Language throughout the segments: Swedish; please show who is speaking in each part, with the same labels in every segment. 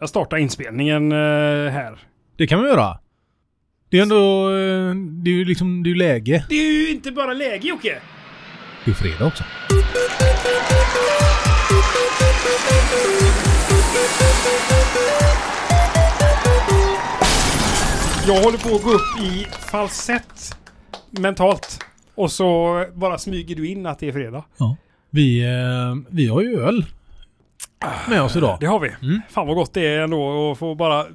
Speaker 1: Jag startar inspelningen eh, här.
Speaker 2: Det kan man göra. Det är ändå... eh, Det är ju liksom... Det är ju läge.
Speaker 1: Det är ju inte bara läge Jocke!
Speaker 2: Det är fredag också.
Speaker 1: Jag håller på att gå upp i falsett mentalt. Och så bara smyger du in att det är fredag.
Speaker 2: Ja. Vi, eh, vi har ju öl med oss idag.
Speaker 1: Det har vi.
Speaker 2: Mm.
Speaker 1: Fan vad gott det är ändå att få bara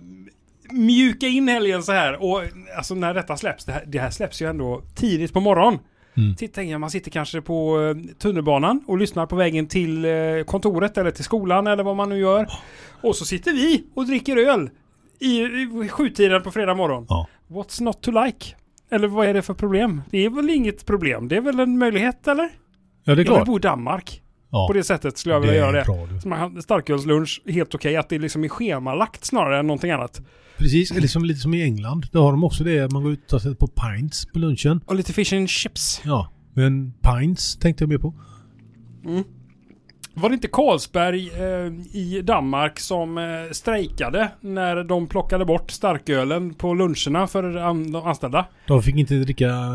Speaker 1: mjuka in helgen så här. Och alltså när detta släpps, det här, det här släpps ju ändå tidigt på morgonen.
Speaker 2: Mm.
Speaker 1: Titta jag, man sitter kanske på eh, tunnelbanan och lyssnar på vägen till eh, kontoret eller till skolan eller vad man nu gör.
Speaker 2: Oh.
Speaker 1: Och så sitter vi och dricker öl i, i sjutiden på fredag morgon.
Speaker 2: Ja.
Speaker 1: What's not to like? Eller vad är det för problem? Det är väl inget problem? Det är väl en möjlighet eller?
Speaker 2: Ja, det är
Speaker 1: Jag vill
Speaker 2: klart.
Speaker 1: bo i Danmark.
Speaker 2: Ja.
Speaker 1: På det sättet skulle jag vilja göra det.
Speaker 2: bra du.
Speaker 1: Så man hade starkölslunch, helt okej att det liksom är schemalagt snarare än någonting annat.
Speaker 2: Precis. Eller som, lite som i England. Där har de också det. Man går ut och tar sig på pints på lunchen.
Speaker 1: Och lite fish and chips.
Speaker 2: Ja. Men pints tänkte jag mer på.
Speaker 1: Var det inte Carlsberg eh, i Danmark som eh, strejkade när de plockade bort starkölen på luncherna för an- de anställda?
Speaker 2: De fick inte dricka eh,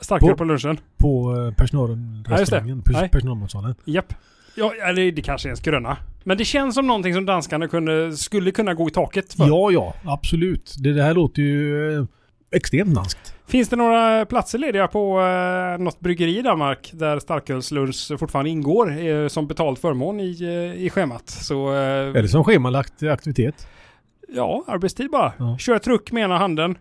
Speaker 1: Starköl
Speaker 2: På-
Speaker 1: på lunchen?
Speaker 2: på eh, personalrestaurangen.
Speaker 1: Nej.
Speaker 2: pers- personalmatsalen.
Speaker 1: Japp. Ja, eller det kanske är en skröna. Men det känns som någonting som danskarna kunde, skulle kunna gå i taket för.
Speaker 2: Ja, ja. Absolut. Det, det här låter ju eh, extremt danskt.
Speaker 1: Finns det några platser lediga på eh, något bryggeri i Danmark där starkölslunch fortfarande ingår eh, som betald förmån i, eh, i schemat? Så eh,
Speaker 2: Eller som schemalagt aktivitet.
Speaker 1: ja, arbetstid bara.
Speaker 2: Ja.
Speaker 1: Kör truck med ena handen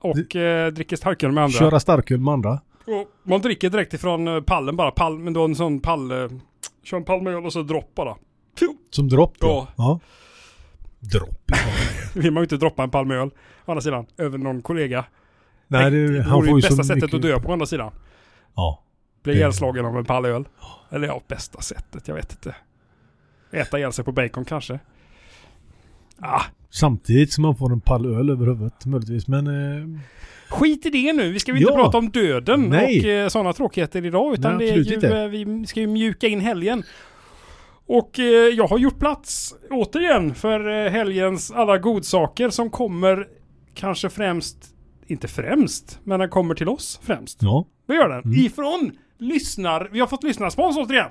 Speaker 1: och eh, dricker starköl med andra.
Speaker 2: Köra starköl med andra.
Speaker 1: Och man dricker direkt ifrån eh, pallen bara. Pall, men då en sån pall... Eh, kör en pall med öl och så dropp bara.
Speaker 2: Som dropp?
Speaker 1: Ja.
Speaker 2: ja. Dropp?
Speaker 1: Vill man ju inte droppa en pall med öl. Å andra sidan, över någon kollega.
Speaker 2: Nej,
Speaker 1: det
Speaker 2: det, han
Speaker 1: vore
Speaker 2: får
Speaker 1: ju
Speaker 2: ju
Speaker 1: bästa
Speaker 2: så
Speaker 1: sättet
Speaker 2: mycket...
Speaker 1: att dö på å andra sidan.
Speaker 2: Ja.
Speaker 1: Bli
Speaker 2: Det-
Speaker 1: ihjälslagen av en pall öl. Eller ja, bästa sättet. Jag vet inte. Äta ihjäl sig på bacon kanske. Ah,
Speaker 2: Samtidigt som man får en pall öl över huvudet möjligtvis. Men eh,
Speaker 1: skit i det nu. Vi ska väl inte
Speaker 2: Ja.
Speaker 1: prata om döden
Speaker 2: Nej.
Speaker 1: och eh, sådana tråkigheter idag. Utan
Speaker 2: Nej,
Speaker 1: det är
Speaker 2: absolut
Speaker 1: ju,
Speaker 2: inte.
Speaker 1: eh, vi ska ju mjuka in helgen. Och eh, jag har gjort plats återigen för eh, helgens alla godsaker som kommer kanske främst, inte främst, men den kommer till oss främst.
Speaker 2: ja.
Speaker 1: Vi gör
Speaker 2: Mm.
Speaker 1: den. Ifrån lyssnar... Vi har fått lyssnarspons återigen.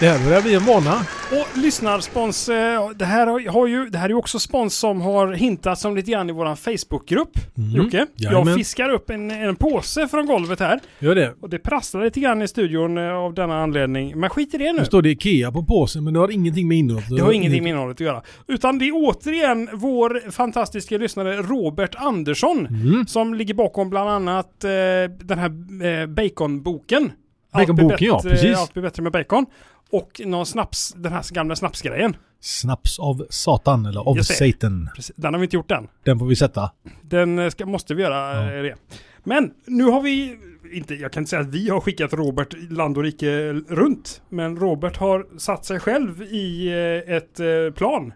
Speaker 2: Det här börjar bli en vana.
Speaker 1: Och lyssnarspons, eh, det här, har- har ju, det här är ju också spons som har hintats om lite grann i vår Facebookgrupp. Jocke, jag
Speaker 2: Mm, Jajamän.
Speaker 1: fiskar upp en, en påse från golvet här.
Speaker 2: Gör det.
Speaker 1: Och det prasslar lite grann i studion eh, av denna anledning. Men skit i det nu.
Speaker 2: Nu står det Ikea på påsen men det har ingenting med innehållet
Speaker 1: Det har ingenting med innehållet att göra. Utan det är återigen vår fantastiska lyssnare Robert Andersson
Speaker 2: Mm.
Speaker 1: som ligger bakom bland annat eh, den här eh, baconboken. Allt blir
Speaker 2: Baconboken, ja,
Speaker 1: bättre-
Speaker 2: precis.
Speaker 1: Allt blir bättre med bacon. Och någon snaps, den här gamla snapsgrejen.
Speaker 2: Snaps av Satan eller av
Speaker 1: Just det.
Speaker 2: Satan.
Speaker 1: Precis, Den har vi inte gjort än.
Speaker 2: Den får vi sätta.
Speaker 1: Den eh, ska, måste vi göra eh, det. Men nu har vi, inte, jag kan inte säga att vi har skickat Robert land och rike runt. Men Robert har satt sig själv i eh, ett eh, plan.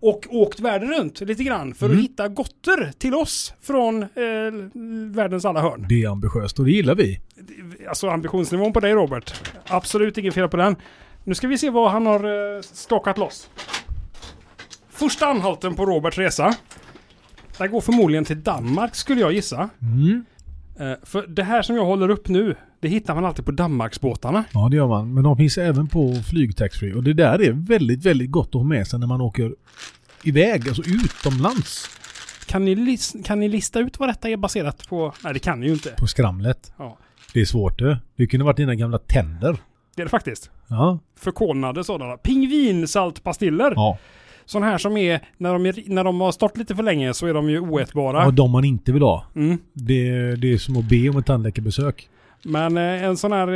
Speaker 1: Och åkt världen runt lite grann för att hitta gotter till oss från eh, världens alla hörn.
Speaker 2: Det är ambitiöst och det gillar vi.
Speaker 1: Alltså ambitionsnivån på dig Robert. Absolut inget fel på den. Nu ska vi se vad han har eh, skakat loss. Första anhalten på Roberts resa. Den går förmodligen till Danmark skulle jag gissa.
Speaker 2: Mm.
Speaker 1: Eh, för det här som jag håller upp nu, det hittar man alltid på Danmarksbåtarna.
Speaker 2: Ja det gör man. Men de finns även på flyg taxfree. Och det där är väldigt, väldigt gott att ha med sig när man åker iväg, alltså utomlands.
Speaker 1: Kan ni, lis- kan ni lista ut vad detta är baserat på? Nej det kan ni ju inte.
Speaker 2: På skramlet.
Speaker 1: Ja,
Speaker 2: Det är svårt det. Det kunde varit dina gamla tänder.
Speaker 1: det är det faktiskt.
Speaker 2: Ja.
Speaker 1: Förkolnade sådana. Pingvinsaltpastiller.
Speaker 2: Ja.
Speaker 1: Sådana här som är när, de är, när de har stått lite för länge så är de ju oätbara.
Speaker 2: Och de man inte vill ha.
Speaker 1: Mm.
Speaker 2: Det, det är som att be om ett tandläkarbesök.
Speaker 1: Men eh, en sån här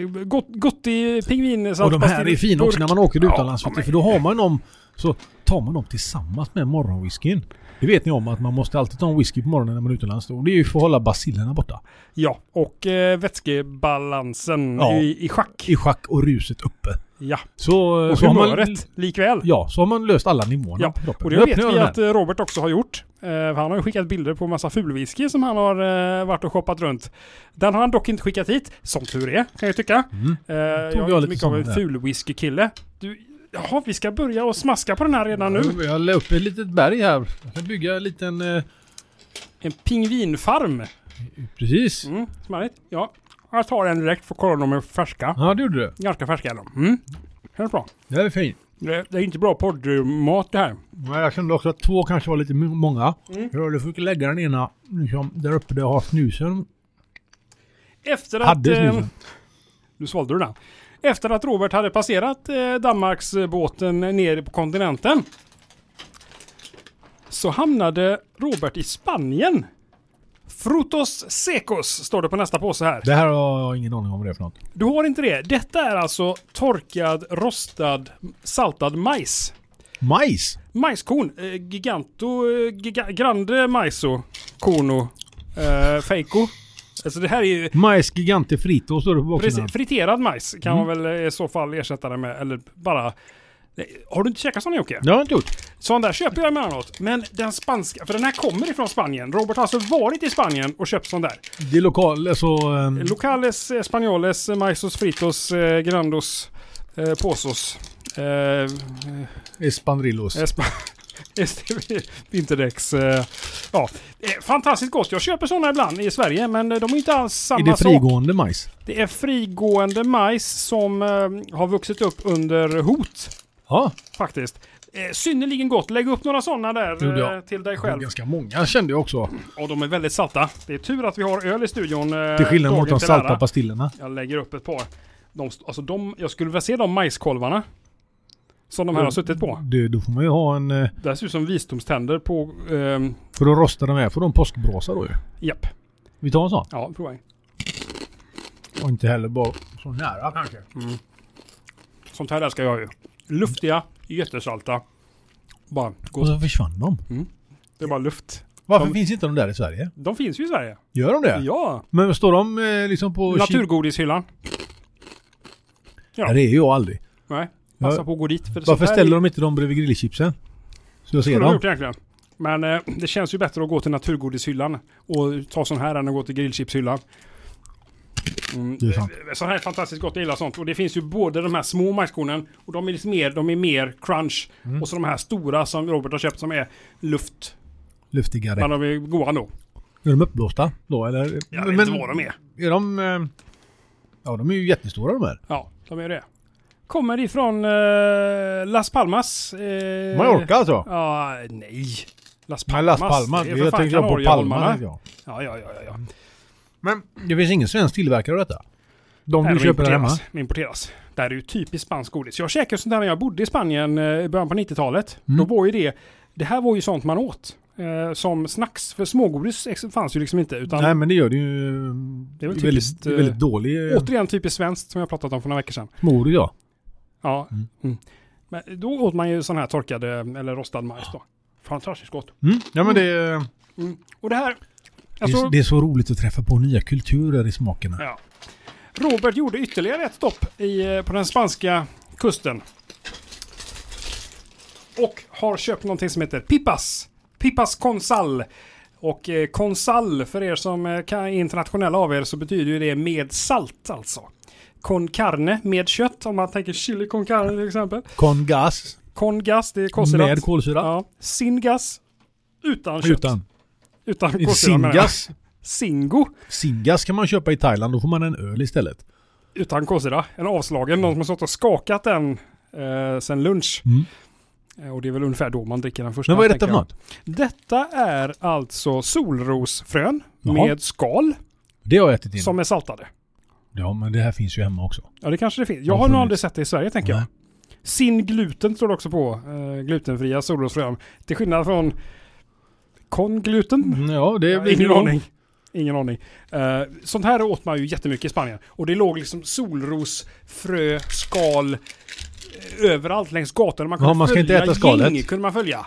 Speaker 1: eh, gott, gottig pingvin
Speaker 2: och de här är fina också när man åker
Speaker 1: Ja,
Speaker 2: utomlands.
Speaker 1: de är-
Speaker 2: för då har man dem, så tar man dem tillsammans med morgonwhiskyn. Det vet ni om att man måste alltid ta en whisky på morgonen när man är utomlands. Och det är ju för att hålla bacillerna borta.
Speaker 1: Ja, och eh, vätskebalansen
Speaker 2: Ja.
Speaker 1: i, i schack.
Speaker 2: I schack och ruset uppe.
Speaker 1: Ja,
Speaker 2: Så,
Speaker 1: och
Speaker 2: så har man,
Speaker 1: humöret likväl.
Speaker 2: Ja, så har man löst alla nivåerna
Speaker 1: Ja,
Speaker 2: på kroppen.
Speaker 1: Och det
Speaker 2: Nu
Speaker 1: vet
Speaker 2: öppnar jag
Speaker 1: vi
Speaker 2: den
Speaker 1: att eh, Robert också har gjort. Eh, Han har ju skickat bilder på massa fulwhisky som han har eh, varit och shoppat runt. Den har han dock inte skickat hit, som tur är kan jag tycka.
Speaker 2: här. Mm.
Speaker 1: Eh, Jag
Speaker 2: tog jag
Speaker 1: är inte
Speaker 2: lite
Speaker 1: mycket av en
Speaker 2: sån där.
Speaker 1: fulwhisky-kille. Du, jaha, vi ska börja och smaska på den här redan nu.
Speaker 2: Jag- Jag la upp ett litet berg här. Jag kan bygga en liten... Eh,
Speaker 1: En pingvinfarm.
Speaker 2: precis.
Speaker 1: Mm, smarrigt. Ja, jag tar en direkt för att kolla om de är färska.
Speaker 2: Ja, det gjorde du.
Speaker 1: Ganska färska är de. Mm. Känns bra.
Speaker 2: Det är fint.
Speaker 1: Det det är inte bra poddmat det här.
Speaker 2: Nej, jag kände också att två kanske var lite m- många.
Speaker 1: Mm.
Speaker 2: Jag då fick lägga den ena liksom, där uppe där jag har snusen.
Speaker 1: Efter att...
Speaker 2: Hade
Speaker 1: eh,
Speaker 2: snusen.
Speaker 1: Nu svalde du den. Efter att Robert hade passerat eh, Danmarksbåten ner på kontinenten så hamnade Robert i Spanien. Frutos secos står det på nästa påse här.
Speaker 2: Det här har jag ingen aning om vad det är för något.
Speaker 1: Du har inte det. Detta är alltså torkad, rostad, saltad majs.
Speaker 2: Majs!
Speaker 1: Majskorn. Eh, giganto, eh, giga, grande majso, corno, eh, fejko. Alltså det här är ju
Speaker 2: Majs gigante frito står det på boxen. här.
Speaker 1: Precis, friterad majs kan man väl eh, i så fall ersätta det med. Eller bara... Nej, Har du inte käkat sån Jocke?
Speaker 2: Det har jag inte gjort.
Speaker 1: Sån där köper jag emellanåt. Men den spanska, för den här kommer ifrån Spanien. Robert har alltså varit i Spanien och köpt sån där.
Speaker 2: Det är lokal, alltså... ehm,
Speaker 1: Locales, eh, españoles, majsos, fritos, eh, grandos, eh, påsos. Eh,
Speaker 2: Espandrillos.
Speaker 1: espa, este- vinterdäcks. Eh, ja. Eh, Fantastiskt gott. Jag köper såna ibland i Sverige men eh, de är inte alls samma
Speaker 2: Är det
Speaker 1: sak.
Speaker 2: frigående majs?
Speaker 1: Det är frigående majs som eh, har vuxit upp under hot
Speaker 2: Ja,
Speaker 1: faktiskt. Eh, synnerligen gott. Lägg upp några sådana
Speaker 2: Gjorde
Speaker 1: där
Speaker 2: jag.
Speaker 1: eh, till dig
Speaker 2: det är
Speaker 1: själv.
Speaker 2: ganska många kände jag också.
Speaker 1: Och de är väldigt salta. Det är tur att vi har öl i studion. Eh,
Speaker 2: Till skillnad mot
Speaker 1: dagen
Speaker 2: de
Speaker 1: till
Speaker 2: salta
Speaker 1: ära.
Speaker 2: pastillerna.
Speaker 1: Jag lägger upp ett par. De, st- alltså de, jag skulle vilja se de majskolvarna. Som
Speaker 2: Mm.
Speaker 1: de här har suttit på.
Speaker 2: Det, då får man ju ha en... eh,
Speaker 1: Det här ser ut som visdomständer på... ehm,
Speaker 2: För att rosta de här får de påskbrasa då ju.
Speaker 1: japp.
Speaker 2: Vi tar en sån.
Speaker 1: Ja, prova. en.
Speaker 2: Och inte heller bara så nära kanske.
Speaker 1: Sånt här älskar jag ju. Luftiga, jättesalta. Bara
Speaker 2: Och
Speaker 1: gott.
Speaker 2: så försvann de.
Speaker 1: Det är bara luft.
Speaker 2: Varför
Speaker 1: De-
Speaker 2: finns inte de där i Sverige?
Speaker 1: De finns ju i Sverige.
Speaker 2: Gör de det?
Speaker 1: Ja.
Speaker 2: Men står de eh, liksom på... Kina?
Speaker 1: Naturgodishyllan.
Speaker 2: Nej, det är jag aldrig.
Speaker 1: Nej. Passa
Speaker 2: Ja.
Speaker 1: på att gå dit. För sånt
Speaker 2: Varför
Speaker 1: här
Speaker 2: ställer
Speaker 1: är-
Speaker 2: de inte dem bredvid grillchipsen? Så jag ser
Speaker 1: skulle de ha
Speaker 2: dem.
Speaker 1: gjort egentligen. Men eh, det känns ju bättre att gå till naturgodishyllan och ta sån här än att gå till grillchipshyllan. Mm.
Speaker 2: Det är sant.
Speaker 1: eh, Sån här är fantastiskt gott, jag gillar sånt. Och det finns ju både de här små majskornen och de är liksom mer, de är mer crunch.
Speaker 2: Mm.
Speaker 1: Och så de här stora som Robert har köpt som är luft.
Speaker 2: Luftigare.
Speaker 1: Men de är goda ändå.
Speaker 2: Är de uppblåsta då eller?
Speaker 1: Jag vet inte vad de är.
Speaker 2: Är de... eh, Ja, de är ju jättestora de här.
Speaker 1: Ja, de är det. Kommer ifrån eh, Las Palmas. Eh,
Speaker 2: Mallorca alltså.
Speaker 1: Ja, nej. Las
Speaker 2: Nej,
Speaker 1: Palmas.
Speaker 2: Las Palmas.
Speaker 1: Det är
Speaker 2: Jag
Speaker 1: för fan
Speaker 2: tänkte på
Speaker 1: Kanarieholmarna.
Speaker 2: Palma. tänkte jag.
Speaker 1: Ja, ja, ja. ja, ja.
Speaker 2: Men det finns ingen svensk tillverkare av detta? De
Speaker 1: Nej,
Speaker 2: du
Speaker 1: de
Speaker 2: köper där hemma?
Speaker 1: importeras. De importeras. Det här är ju typiskt spansk godis. Jag käkade sånt där när jag bodde i Spanien eh, i början på 90-talet.
Speaker 2: Mm.
Speaker 1: Då var ju det, det här var ju sånt man åt. Eh, som snacks, för smågodis ex- fanns ju liksom inte. Utan
Speaker 2: Nej men det gör det ju...
Speaker 1: Det är väl
Speaker 2: väldigt,
Speaker 1: typiskt, eh,
Speaker 2: väldigt dålig eh,
Speaker 1: återigen typiskt svenskt som jag pratat om för några veckor sedan.
Speaker 2: smågodis ja.
Speaker 1: Ja. Mm.
Speaker 2: Mm.
Speaker 1: Men då åt man ju sån här torkade eller rostad majs då. Fantastiskt gott.
Speaker 2: Mm. Ja men det...
Speaker 1: Mm. Och det här...
Speaker 2: det, är,
Speaker 1: Alltså,
Speaker 2: det är så roligt att träffa på nya kulturer i smakerna.
Speaker 1: Ja. Robert gjorde ytterligare ett stopp i, eh, på den spanska kusten. Och har köpt någonting som heter Pipas. Pipas Consal. Och eh, Consal, för er som eh, kan är internationella av er, så betyder ju det med salt alltså. Con carne, med kött, om man tänker chili con carne till exempel.
Speaker 2: Con gas.
Speaker 1: Con gas, det är kolsyrat.
Speaker 2: Med kolsyra.
Speaker 1: Ja. Sin gas, utan kött.
Speaker 2: Utan.
Speaker 1: Utan kolsyra menar jag.
Speaker 2: Singas.
Speaker 1: Singo,
Speaker 2: Singas kan man köpa i Thailand. Då får man en öl istället.
Speaker 1: utan kolsyra. En avslagen, någon som har stått och skakat den eh, sen lunch.
Speaker 2: Mm.
Speaker 1: Eh, Och det är väl ungefär då man dricker den första.
Speaker 2: Men vad är detta
Speaker 1: tänker
Speaker 2: för
Speaker 1: jag.
Speaker 2: något?
Speaker 1: Detta är alltså solrosfrön
Speaker 2: Jaha.
Speaker 1: med skal
Speaker 2: Det har jag ätit innan.
Speaker 1: som är saltade.
Speaker 2: Ja men det här finns ju hemma också.
Speaker 1: Ja det kanske det finns. Jag
Speaker 2: Har
Speaker 1: har nog
Speaker 2: funnits.
Speaker 1: aldrig sett det i Sverige tänker jag.
Speaker 2: Nej.
Speaker 1: Sin gluten står det också på. Eh, glutenfria solrosfrön. Till skillnad från kongluten.
Speaker 2: Mm, Ja det
Speaker 1: Ja,
Speaker 2: blir
Speaker 1: ingen
Speaker 2: någon-
Speaker 1: aning. Ingen aning. Eh, sånt här åt man ju jättemycket i Spanien. Och det låg liksom solros, frö, skal eh, överallt längs gatorna. Man kunde
Speaker 2: Ja, man ska inte
Speaker 1: följa
Speaker 2: äta skalet.
Speaker 1: gäng kunde man följa.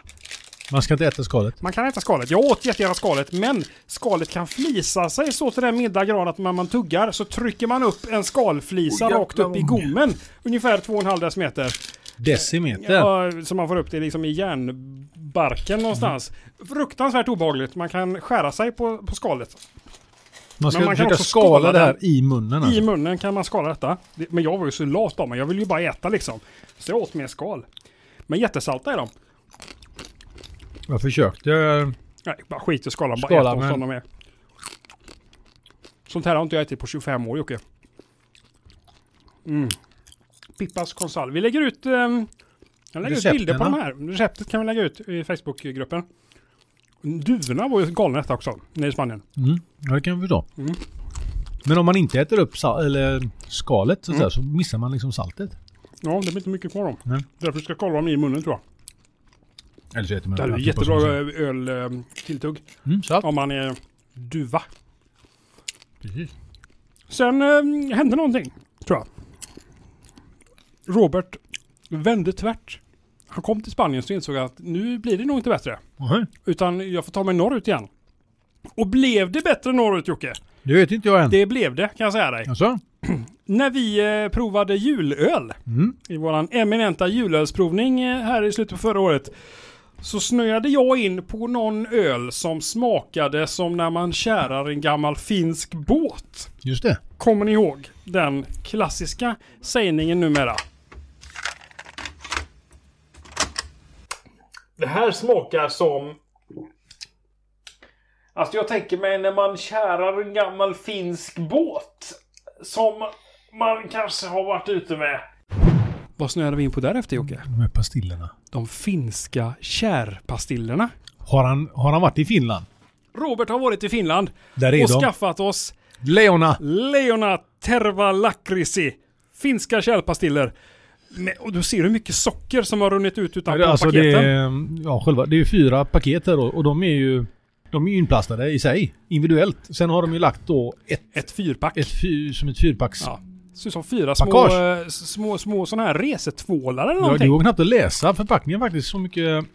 Speaker 2: Man ska inte äta skalet.
Speaker 1: Man kan äta skalet. Jag åt jättegärna skalet, men skalet kan flisa sig så till den milda grad att när man tuggar så trycker man upp en skalflisa
Speaker 2: Oj,
Speaker 1: rakt upp i
Speaker 2: Oh, jävlar vad-
Speaker 1: gommen. Ungefär 2,5 decimeter.
Speaker 2: Decimeter.
Speaker 1: Ja, så man får upp det liksom i järnbarken någonstans.
Speaker 2: Mm.
Speaker 1: Fruktansvärt obehagligt. Man kan skära sig på, på skalet.
Speaker 2: man ska
Speaker 1: men man kan
Speaker 2: försöka
Speaker 1: också
Speaker 2: skala,
Speaker 1: skala
Speaker 2: det här i munnen.
Speaker 1: I
Speaker 2: Alltså.
Speaker 1: munnen kan man skala detta. Det- Men jag var ju så lat av mig. Jag ville ju bara äta liksom. Så jag åt mer skal. Men jättesalta är de.
Speaker 2: Jag försökte. eh, Jag,
Speaker 1: Nej, bara skit i skalan. Bara
Speaker 2: Skala,
Speaker 1: ät dem
Speaker 2: men-
Speaker 1: som de är. Sånt här har inte jag ätit på 25 år Jocke. Mm. Pippas konsal. Vi lägger ut, ehm, jag lägger ut
Speaker 2: Recepten,
Speaker 1: bilder på
Speaker 2: va?
Speaker 1: de här. Receptet kan vi lägga ut i Facebookgruppen. Duvorna var ju galna detta också. Nere i Spanien.
Speaker 2: mm, ja, det kan vi förstå.
Speaker 1: Mm.
Speaker 2: Men om man inte äter upp sal- eller skalet så, att
Speaker 1: Mm.
Speaker 2: säga, så missar man liksom saltet.
Speaker 1: Ja, det blir inte mycket kvar om.
Speaker 2: Nej.
Speaker 1: Därför ska jag kolla dem i munnen tror jag.
Speaker 2: Eller så äter man
Speaker 1: Det
Speaker 2: upp
Speaker 1: här är
Speaker 2: allt
Speaker 1: ju
Speaker 2: upp och så-
Speaker 1: jättebra ehm, öltilltugg.
Speaker 2: Mm, salt.
Speaker 1: Om man är duva.
Speaker 2: Precis.
Speaker 1: Sen eh, hände någonting, tror jag. Robert vände tvärt. Han kom till Spanien så insåg jag att nu blir det nog inte bättre.
Speaker 2: Aha.
Speaker 1: Utan jag får ta mig norrut igen. Och blev det bättre norrut Jocke?
Speaker 2: Det vet inte jag än.
Speaker 1: Det blev det kan jag säga dig.
Speaker 2: Alltså?
Speaker 1: När vi eh, provade julöl
Speaker 2: Mm.
Speaker 1: i våran eminenta julölsprovning eh, här i slutet på förra året. Så snöade jag in på någon öl som smakade som när man kärar en gammal finsk båt.
Speaker 2: Just det.
Speaker 1: Kommer ni ihåg den klassiska sägningen numera? Det här smakar som... Alltså jag tänker mig när man kärar en gammal finsk båt. Som man kanske har varit ute med. Vad snöade vi in på därefter Jocke?
Speaker 2: De här pastillerna.
Speaker 1: De finska kärpastillerna.
Speaker 2: Har han, har han varit i Finland?
Speaker 1: Robert har varit i Finland
Speaker 2: Där är
Speaker 1: och
Speaker 2: de.
Speaker 1: skaffat oss
Speaker 2: Leona.
Speaker 1: Leona Terva Lakrisi. Finska kärlpastiller. Men, och du ser hur mycket socker som har runnit ut utanpå
Speaker 2: Alltså det
Speaker 1: paketen.
Speaker 2: är, ja, själva, det är ju fyra paket här och, och de är ju de är ju inplastade i sig, individuellt. Sen har de ju lagt då ett,
Speaker 1: Ett fyrpack.
Speaker 2: ett fyr, som ett fyrpacks...
Speaker 1: Ja. Ser ut som fyra små,
Speaker 2: Package.
Speaker 1: eh, s- små, små sådana här resetvålar eller
Speaker 2: Ja, det
Speaker 1: någonting.
Speaker 2: går knappt att läsa förpackningen faktiskt. Så mycket,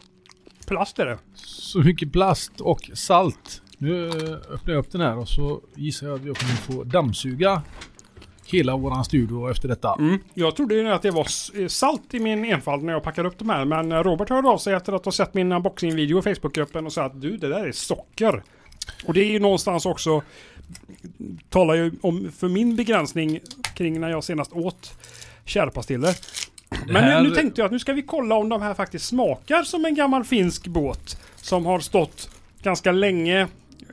Speaker 1: Plast är det.
Speaker 2: så mycket plast och salt. Nu eh, öppnar jag upp den här och så gissar jag att jag kommer få dammsuga hela våran studio efter detta.
Speaker 1: Mm. Jag trodde ju att det var s- eh, salt i min enfald när jag packade upp de här. Men eh, Robert hörde av sig efter att ha sett min unboxing-video i Facebookgruppen och sa att du, det där är socker. Och det är ju någonstans också, talar ju om för min begränsning kring när jag senast åt kärpastiller. Men
Speaker 2: här-
Speaker 1: nu, nu tänkte jag att nu ska vi kolla om de här faktiskt smakar som en gammal finsk båt. Som har stått ganska länge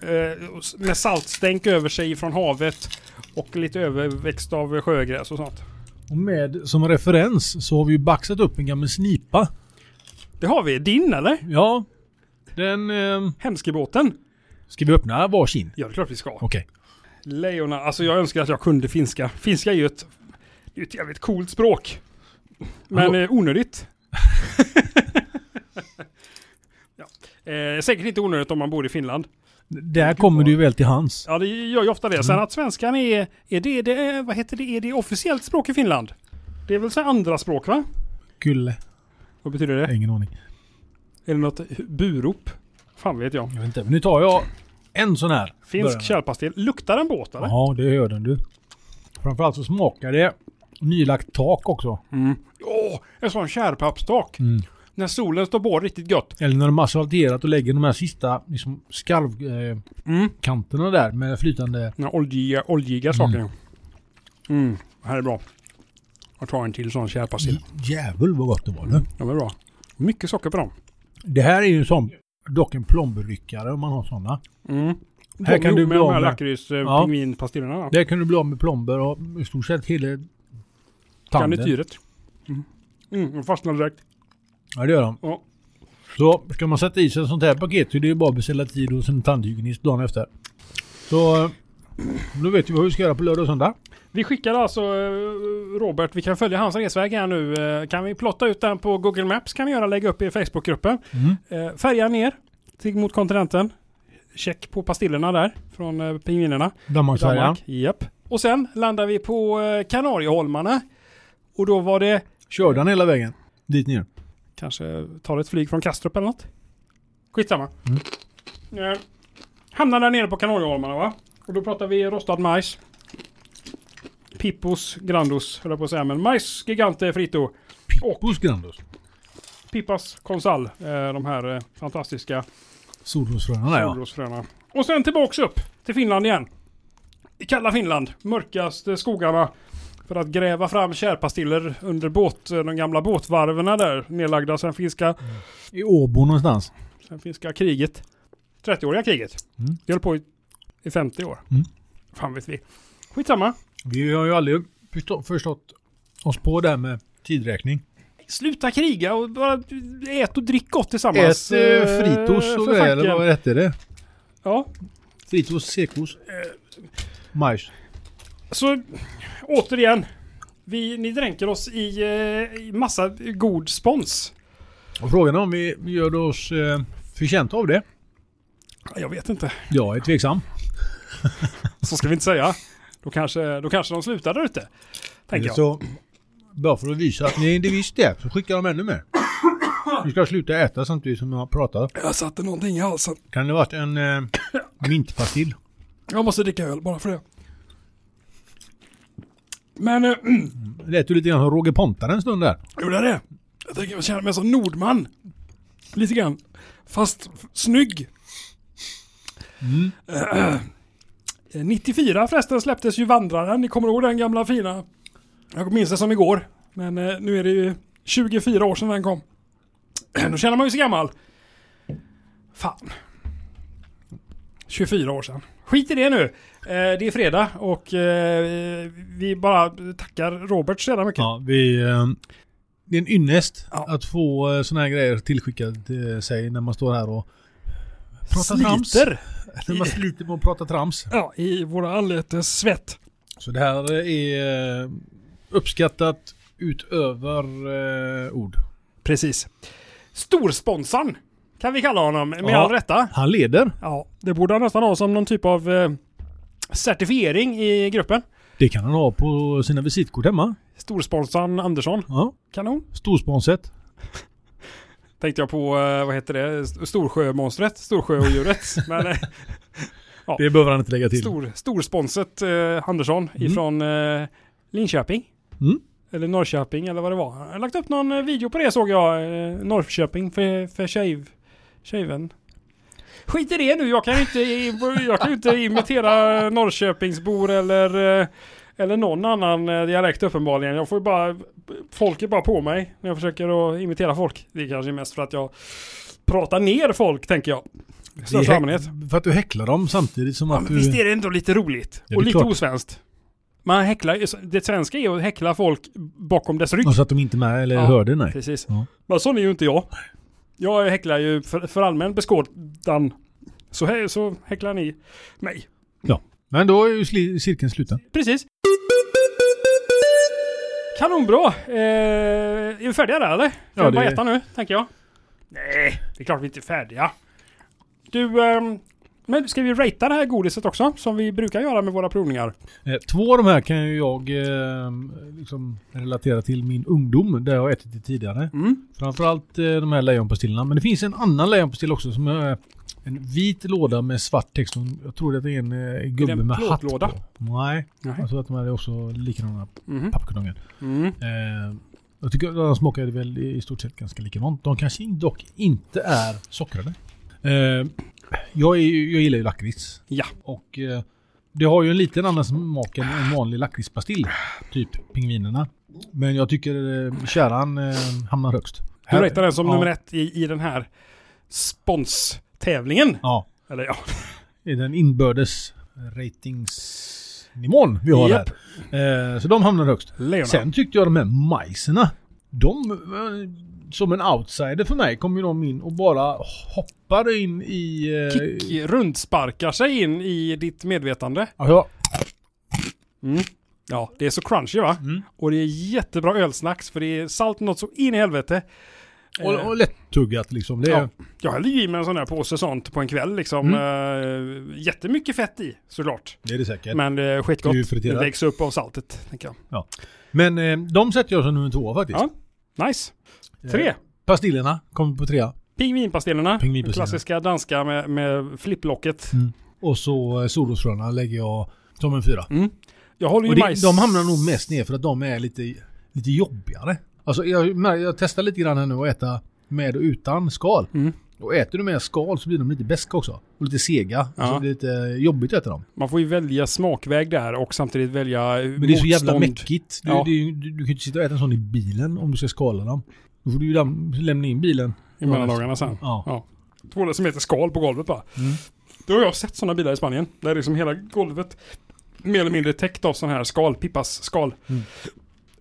Speaker 1: eh, och s- med saltstänk över sig från havet. Och lite överväxt av sjögräs och sånt.
Speaker 2: Och med som referens så har vi ju baxat upp en gammal snipa.
Speaker 1: Det har vi. Din eller?
Speaker 2: Ja. Den... Eh,
Speaker 1: Hemskebåten?
Speaker 2: ska vi öppna varsin?
Speaker 1: Ja, det är klart vi ska.
Speaker 2: Okej.
Speaker 1: Lejonen. Alltså jag önskar att jag kunde finska. Finska är ju ett, det är ju ett jävligt coolt språk. Men
Speaker 2: Hallå.
Speaker 1: eh, onödigt. ja. eh, säkert inte onödigt om man bor i Finland.
Speaker 2: Där kommer du ju väl till hans.
Speaker 1: Ja, det gör ju ofta det.
Speaker 2: Mm.
Speaker 1: Sen att svenskan är, är det, det, är- vad heter det, är det officiellt språk i Finland? Det är väl så här andra språk va?
Speaker 2: Kulle.
Speaker 1: Vad betyder det?
Speaker 2: Jag har Ingen aning.
Speaker 1: Är det något burop? Fan vet jag.
Speaker 2: Jag vet inte. Men nu tar jag en sån här. Börjar
Speaker 1: Finsk
Speaker 2: med.
Speaker 1: kärlpastill. Luktar en båt eller?
Speaker 2: Ja, det gör den du. Framförallt så smakar det nylagt tak också.
Speaker 1: Mm. Åh, en sån kärrpappstak.
Speaker 2: Mm.
Speaker 1: När solen står på riktigt gött.
Speaker 2: Eller när de har salterat och lägger de här sista liksom, skarvkanterna eh,
Speaker 1: Mm.
Speaker 2: kanterna där med flytande...
Speaker 1: Den här oljiga, oljiga saken. Mm. det här är bra. Jag tar en till sån kärrpastill.
Speaker 2: Mm. Djävul vad gott det var nu.
Speaker 1: De är bra. Mycket socker på dem.
Speaker 2: Det här är ju som dock en plomberyckare om man har sådana.
Speaker 1: Mm.
Speaker 2: Här
Speaker 1: De
Speaker 2: kan
Speaker 1: ihop
Speaker 2: du
Speaker 1: med
Speaker 2: bli
Speaker 1: de
Speaker 2: av
Speaker 1: här eh,
Speaker 2: med. Ja.
Speaker 1: lakritspingvinpastillerna. Ja.
Speaker 2: Där kan du bli av med plomber och i stort sett hela tanden.
Speaker 1: Garnityret. Mm. Mm, de fastnar direkt.
Speaker 2: Ja det gör de.
Speaker 1: Ja.
Speaker 2: Så ska man sätta i sig ett sånt här paket så är det ju bara att beställa tid hos en tandhygienist dagen efter. Så eh, då vet vi vad vi ska göra på lördag och söndag.
Speaker 1: Vi skickar alltså eh, Robert, vi kan följa hans resväg här nu. Eh, Kan vi plotta ut den på Google Maps kan vi göra, lägga upp i Facebookgruppen.
Speaker 2: Mm.
Speaker 1: Eh, Färja ner till mot kontinenten. Check på pastillerna där från eh, pingvinerna.
Speaker 2: Danmarksfärjan.
Speaker 1: Danmark. Japp. Och sen landar vi på eh, Kanarieholmarna. Och då var det
Speaker 2: Körde han hela vägen dit ner?
Speaker 1: kanske tar ett flyg från Kastrup eller något. Skitsamma.
Speaker 2: Mm.
Speaker 1: Eh, hamnar där nere på Kanarieholmarna va? Och då pratar vi rostad majs. Pippos Grandos höll jag på att säga. Men majs Gigante Frito.
Speaker 2: Hos Grandos.
Speaker 1: Pippas Konsal. Eh, de här eh, fantastiska
Speaker 2: Solrosfröna där ja.
Speaker 1: solrosfröna. Och sen tillbaks upp till Finland igen. I kalla Finland. Mörkaste skogarna. För att gräva fram tjärpastiller under båt, eh, de gamla båtvarven där. Nedlagda sen finska
Speaker 2: I Åbo någonstans.
Speaker 1: Sen finska kriget. 30-åriga kriget.
Speaker 2: Mm.
Speaker 1: Det höll på i, i 50 år.
Speaker 2: Mm.
Speaker 1: Fan vet vi. Skitsamma.
Speaker 2: Vi har ju aldrig förstå- förstått oss på det här med tidräkning.
Speaker 1: Sluta kriga och bara ät och drick gott tillsammans.
Speaker 2: Ät eh, fritos och grejer, eller vad hette det?
Speaker 1: Ja.
Speaker 2: Fritos, sekos, majs.
Speaker 1: Så återigen. Vi, ni dränker oss i, eh, i massa god spons.
Speaker 2: Och frågan är om vi gör oss eh, förtjänta av det.
Speaker 1: Jag vet inte.
Speaker 2: Jag är tveksam.
Speaker 1: Så ska vi inte säga. Då kanske, då kanske de slutar där ute. Tänker
Speaker 2: Eller
Speaker 1: jag.
Speaker 2: så, bara för att visa att ni inte visste det, så skickar de ännu mer. Vi ska sluta äta samtidigt som jag pratar.
Speaker 1: Jag satte någonting i halsen.
Speaker 2: Kan det ha varit en eh, mintpastill?
Speaker 1: Jag måste dricka öl bara för det. Men... Eh,
Speaker 2: Lät ju lite grann som Roger Pontare en stund där.
Speaker 1: Gjorde jag det? Jag tänker jag känner mig som Nordman. Lite grann. Fast f- snygg.
Speaker 2: Mm.
Speaker 1: Eh, eh, 94 förresten släpptes ju Vandraren. Ni kommer ihåg den gamla fina? Jag minns det som igår. Men eh, nu är det ju 24 år sedan den kom. Nu känner man ju sig gammal. Fan. 24 år sedan. Skit i det nu. Eh, det är fredag och eh, vi bara tackar Robert så jävla mycket.
Speaker 2: Ja, vi... Eh, det är en ynnest
Speaker 1: Ja.
Speaker 2: att få eh, såna här grejer tillskickade till sig när man står här och... Prata trams.
Speaker 1: Sliter.
Speaker 2: När man sliter på att prata trams.
Speaker 1: Ja, i våra anletes svett.
Speaker 2: Så det här är eh, uppskattat utöver eh, ord.
Speaker 1: Precis. Storsponsorn kan vi kalla honom med
Speaker 2: Ja.
Speaker 1: all rätta.
Speaker 2: Han leder.
Speaker 1: Ja, det borde han nästan ha som någon typ av eh, certifiering i gruppen.
Speaker 2: Det kan han ha på sina visitkort hemma.
Speaker 1: Storsponsorn Andersson.
Speaker 2: Ja.
Speaker 1: Kanon.
Speaker 2: Storsponset.
Speaker 1: Tänkte jag på, eh, vad heter det, St- Storsjömonstret, Storsjöodjuret. Men eh,
Speaker 2: Det behöver han inte lägga till.
Speaker 1: stor, storsponset eh, Andersson
Speaker 2: Mm.
Speaker 1: ifrån eh, Linköping.
Speaker 2: Mm.
Speaker 1: Eller Norrköping eller vad det var. Jag har lagt upp någon eh, video på det såg jag. Eh, Norrköping för, för tjej, tjejven. Skit i det nu, jag kan ju inte, jag kan ju inte imitera Norrköpingsbor eller, eh, eller någon annan eh, dialekt uppenbarligen. Jag får ju bara, folk är bara på mig när jag försöker att imitera folk. Det är kanske mest för att jag pratar ner folk tänker jag. I
Speaker 2: Det är
Speaker 1: största allmänhet.
Speaker 2: häck- För att du häcklar dem samtidigt som
Speaker 1: Ja,
Speaker 2: att
Speaker 1: men
Speaker 2: du...
Speaker 1: visst är det ändå lite roligt?
Speaker 2: det är
Speaker 1: och lite
Speaker 2: klart.
Speaker 1: osvenskt. Man häcklar, det svenska är att häckla folk bakom dess rygg.
Speaker 2: Och så att de inte är med eller
Speaker 1: Ja.
Speaker 2: hörde, nej.
Speaker 1: Precis.
Speaker 2: Ja.
Speaker 1: Men sån är ju inte jag. Jag häcklar ju för, för allmän beskådan. Så, här, så häcklar ni mig.
Speaker 2: Men då är ju sli- cirkeln sluten.
Speaker 1: Precis. Kanonbra! Eh, är vi färdiga där eller? Får
Speaker 2: Ja,
Speaker 1: jag
Speaker 2: det-
Speaker 1: bara äta nu, tänker jag. Nej, det är klart vi inte är färdiga. Du, ehm, men ska vi ratea det här godiset också? Som vi brukar göra med våra provningar.
Speaker 2: Eh, Två av de här kan ju jag eh, liksom relatera till min ungdom, där jag har ätit det tidigare.
Speaker 1: Mm.
Speaker 2: Framförallt eh, de här lejonpastillerna. Men det finns en annan lejonpastill också som är en vit låda med svart text. Och Jag tror att det är en eh, gubbe
Speaker 1: Är det en
Speaker 2: med hatt
Speaker 1: plåtlåda?
Speaker 2: på. Nej,
Speaker 1: Nej.
Speaker 2: jag tror att de här är också likadana
Speaker 1: Mhm.
Speaker 2: pappkartongen.
Speaker 1: Mm.
Speaker 2: Eh, jag tycker att de smakade väl i stort sett ganska likadant. De kanske in- dock inte är sockrade. Eh, jag, är, ju- jag gillar ju lakrits.
Speaker 1: Ja.
Speaker 2: Och eh, det har ju en liten annan smak än en vanlig lakritspastill. Typ pingvinerna. Men jag tycker eh, käran eh, hamnar högst.
Speaker 1: Du ratear den som
Speaker 2: ja,
Speaker 1: nummer ett i, i den här sponstävlingen.
Speaker 2: Ja.
Speaker 1: Eller ja,
Speaker 2: I den inbördes ratingsnivån vi har
Speaker 1: Japp.
Speaker 2: här. Eh, så de hamnar högst.
Speaker 1: Leona.
Speaker 2: Sen tyckte jag de här majserna. De, eh, som en outsider för mig, kom ju de in och bara hoppade in i...
Speaker 1: Kick
Speaker 2: Eh,
Speaker 1: rundsparkar sig in i ditt medvetande.
Speaker 2: ja, ja,
Speaker 1: Ja, det är så crunchy va?
Speaker 2: Mm.
Speaker 1: Och det är jättebra ölsnacks för det är salt något så in i helvete.
Speaker 2: och, och lättuggat liksom. Det,
Speaker 1: Eh.
Speaker 2: Mm.
Speaker 1: Ja. Jag häller ju i mig en sån här påse sånt på en kväll liksom. Eh, jättemycket fett i såklart.
Speaker 2: det är det säkert. Men,
Speaker 1: Men det är skitgott.
Speaker 2: Det är ju
Speaker 1: Det
Speaker 2: friterat.
Speaker 1: läggs upp av saltet, tänker jag.
Speaker 2: eh, de sätter jag som nummer två faktiskt.
Speaker 1: Ja. Nice. Tre.
Speaker 2: Eh, pastillerna kommer på trea.
Speaker 1: Pingvinpastejerna.
Speaker 2: Pingvinpastejerna.
Speaker 1: Klassiska danska med, med flipplocket.
Speaker 2: Mm. Och så eh, solrosfröna lägger jag som en fyra.
Speaker 1: Mm. Jag håller ju
Speaker 2: Och det,
Speaker 1: majs.
Speaker 2: de hamnar nog mest ner för att de är lite, lite jobbigare. Alltså jag, mär- jag testar lite grann här nu att äta med och utan skal.
Speaker 1: Mm.
Speaker 2: Och äter du med skal så blir de lite beska också. Och lite sega.
Speaker 1: Ja.
Speaker 2: Så det blir lite jobbigt att äta dem.
Speaker 1: Man får ju välja smakväg där och samtidigt välja
Speaker 2: Men det är så jävla mäckigt. Du,
Speaker 1: Ja.
Speaker 2: det är ju- du, du kan ju inte sitta och äta en sån i bilen om du ska skala dem. Då får du ju läm- lämna in bilen.
Speaker 1: i mellandagarna sen.
Speaker 2: Ja.
Speaker 1: Ja. Två decimeter skal på golvet bara.
Speaker 2: Mm.
Speaker 1: Då har jag sett sådana bilar i Spanien. Där liksom hela golvet mer eller mindre täckt av sådana här skal, pippas skal.
Speaker 2: Mm.